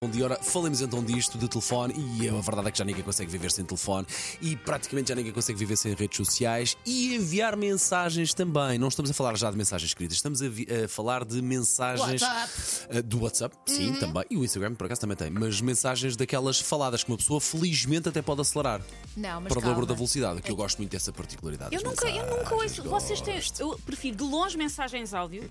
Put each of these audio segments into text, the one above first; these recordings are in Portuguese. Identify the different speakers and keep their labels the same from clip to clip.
Speaker 1: Bom dia, ora, falemos então disto, de telefone, e a verdade é que já ninguém consegue viver sem telefone, e praticamente já ninguém consegue viver sem redes sociais, e enviar mensagens também. Não estamos a falar já de mensagens escritas, estamos a, vi- a falar de mensagens
Speaker 2: WhatsApp.
Speaker 1: eh, do WhatsApp, sim,
Speaker 3: Uhum.
Speaker 1: também, e o Instagram por acaso também tem, mas mensagens daquelas faladas que uma pessoa felizmente até pode acelerar
Speaker 2: Não, mas
Speaker 1: para o dobro
Speaker 2: calma.
Speaker 1: da velocidade, que eu gosto muito dessa particularidade.
Speaker 3: Eu
Speaker 1: das
Speaker 3: nunca, eu nunca
Speaker 1: mensagens,
Speaker 3: ouço. Vocês têm.
Speaker 1: gosto.
Speaker 3: Eu prefiro de longe mensagens áudio.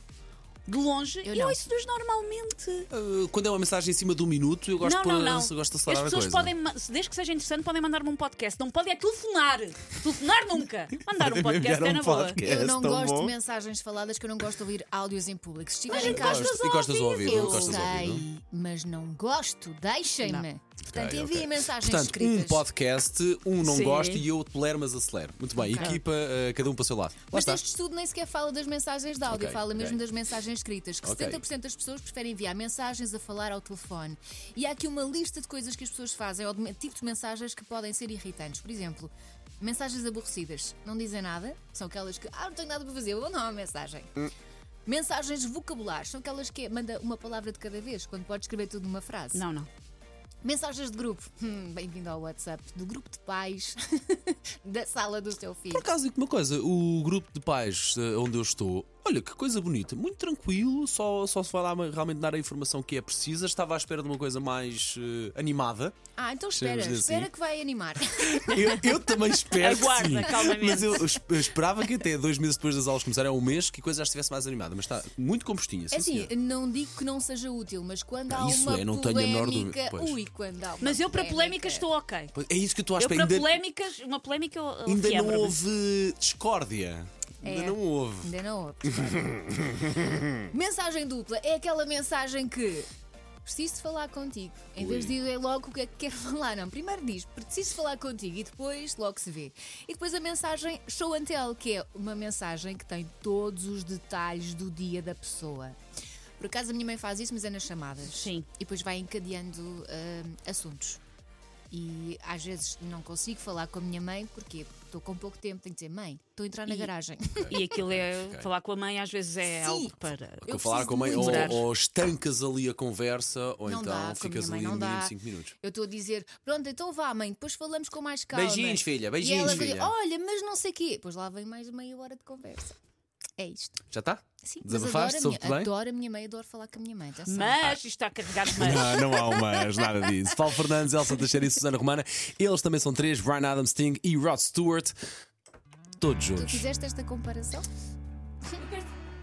Speaker 3: De longe.
Speaker 2: Eu
Speaker 3: e
Speaker 2: não.
Speaker 3: ouço-nos normalmente.
Speaker 1: Eh, Quando é uma mensagem em cima de um minuto, eu gosto
Speaker 3: não,
Speaker 1: de, pôr-
Speaker 3: não, não.
Speaker 1: eu gosto de
Speaker 3: As
Speaker 1: acelerar
Speaker 3: pessoas
Speaker 1: a coisa.
Speaker 3: podem, ma- desde que seja interessante, podem mandar-me um podcast. Não podem é telefonar. Telefonar nunca. Mandar um podcast
Speaker 1: Enviar
Speaker 3: é
Speaker 1: um
Speaker 3: na boa.
Speaker 1: podcast,
Speaker 2: Eu não
Speaker 1: tão
Speaker 2: gosto
Speaker 1: bom.
Speaker 2: de mensagens faladas que eu não gosto de ouvir áudios em público. Se
Speaker 3: Mas
Speaker 2: estiver em
Speaker 3: eu
Speaker 2: casa,
Speaker 3: gosto
Speaker 1: E gostas de ouvir,
Speaker 3: Eu
Speaker 1: gostas de ouvir. não?
Speaker 2: sei, mas não gosto, deixem-me. Portanto,
Speaker 1: Ok, ok.
Speaker 2: enviem mensagens
Speaker 1: Portanto,
Speaker 2: escritas.
Speaker 1: um podcast, um não
Speaker 3: Sim.
Speaker 1: gosta e eu tolero, mas acelero. Muito bem,
Speaker 2: Ok.
Speaker 1: equipa, eh, cada um para o seu lado. Lá
Speaker 2: Mas
Speaker 1: está.
Speaker 2: este estudo nem sequer fala das mensagens de áudio,
Speaker 1: Ok,
Speaker 2: fala
Speaker 1: ok.
Speaker 2: mesmo das mensagens escritas. Que
Speaker 1: Ok.
Speaker 2: 70% das pessoas preferem enviar mensagens a falar ao telefone. E há aqui uma lista de coisas que as pessoas fazem, ou de me- tipos de mensagens que podem ser irritantes. Por exemplo, mensagens aborrecidas. Não dizem nada, são aquelas que, ah, não tenho nada para fazer, vou mandar uma mensagem.
Speaker 1: Hum.
Speaker 2: Mensagens vocabulares, são aquelas que é, manda uma palavra de cada vez, quando pode escrever tudo numa frase.
Speaker 3: Não, não.
Speaker 2: Mensagens de grupo, Hum, bem-vindo ao WhatsApp, do grupo de pais, da sala do seu filho.
Speaker 1: Por acaso, digo uma coisa: o grupo de pais eh, onde eu estou, olha que coisa bonita, muito tranquilo, só, só se vai lá realmente dar a informação que é precisa. Estava à espera de uma coisa mais eh, animada.
Speaker 2: Ah, então espera,
Speaker 1: Chamemos-lhe
Speaker 2: espera
Speaker 1: assim.
Speaker 2: que vai animar.
Speaker 1: Eu, eu também espero que
Speaker 3: Aguarda,
Speaker 1: sim.
Speaker 3: calmamente.
Speaker 1: Mas eu, es- eu esperava que até dois meses depois das aulas começarem, ou um mês, que a coisa já estivesse mais animada. Mas está muito compostinha. Sim,
Speaker 2: É assim,
Speaker 1: senhora.
Speaker 2: não digo que não seja útil, mas quando há
Speaker 1: Não, isso
Speaker 2: uma
Speaker 1: é, não tenho a menor dúvida.
Speaker 2: polémica.
Speaker 1: Pois.
Speaker 2: Ui, quando há uma
Speaker 3: Mas eu para polémicas estou ok.
Speaker 1: Pois, é isso que eu estou à
Speaker 3: Eu
Speaker 1: espera.
Speaker 3: para
Speaker 1: ainda
Speaker 3: polémicas, uma polémica eu- eu
Speaker 1: ainda não
Speaker 3: quebro-me.
Speaker 1: houve discórdia. Ainda
Speaker 2: É.
Speaker 1: não houve.
Speaker 2: Ainda não houve. claro. mensagem dupla é aquela mensagem que preciso de falar contigo. Em vez de dizer logo o que é que quero falar, não. Primeiro diz preciso de falar contigo e depois logo se vê. E depois a mensagem show and tell, que é uma mensagem que tem todos os detalhes do dia da pessoa. Por acaso a minha mãe faz isso, mas é nas chamadas.
Speaker 3: Sim.
Speaker 2: E depois vai encadeando hum, assuntos. E às vezes não consigo falar com a minha mãe, porque estou com pouco tempo, tenho que dizer, mãe, estou a entrar na
Speaker 3: E-
Speaker 2: garagem.
Speaker 3: E aquilo é.
Speaker 1: Ok.
Speaker 3: Falar com a mãe às vezes é
Speaker 2: Sim.
Speaker 3: algo para.
Speaker 2: Eu
Speaker 1: falar
Speaker 2: preciso
Speaker 1: com a mãe,
Speaker 2: de
Speaker 1: ou,
Speaker 3: melhorar.
Speaker 1: ou estancas ali a conversa, ou
Speaker 2: Não
Speaker 1: então
Speaker 2: dá, com a minha
Speaker 1: ficas
Speaker 2: mãe
Speaker 1: ali no
Speaker 2: não
Speaker 1: mínimo
Speaker 2: dá.
Speaker 1: 5 minutos.
Speaker 2: Eu estou a dizer, pronto, então vá, mãe, depois falamos com mais calma.
Speaker 1: Beijinhos, filha, beijinhos,
Speaker 2: e ela "Oh."
Speaker 1: filha.
Speaker 2: diz, olha, mas não sei quê. Pois lá vem mais meia hora de conversa. É isto.
Speaker 1: Já tá? está?
Speaker 2: Sim, mas
Speaker 1: Desabafaste?
Speaker 2: adoro, a
Speaker 1: Soube-te
Speaker 2: minha,
Speaker 1: bem?
Speaker 2: adoro a minha mãe, adoro falar com a minha mãe. tá atenção.
Speaker 3: Mas isto está carregado de mas.
Speaker 1: Não, não há um mas, nada disso. Paulo Fernandes, Elsa Teixeira e Susana Romana. Eles também são três: Brian Adams, Sting e Rod Stewart. Todos
Speaker 2: Tu
Speaker 1: juntos.
Speaker 2: fizeste esta comparação?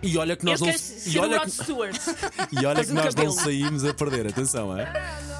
Speaker 1: E olha que
Speaker 3: Eu
Speaker 1: nós não,
Speaker 3: quero
Speaker 1: e
Speaker 3: ser o
Speaker 1: olha
Speaker 3: Rod
Speaker 1: que,
Speaker 3: Stewart.
Speaker 1: e olha
Speaker 3: Faz
Speaker 1: que
Speaker 3: um
Speaker 1: nós não
Speaker 3: cabelo.
Speaker 1: saímos a perder. Atenção, é?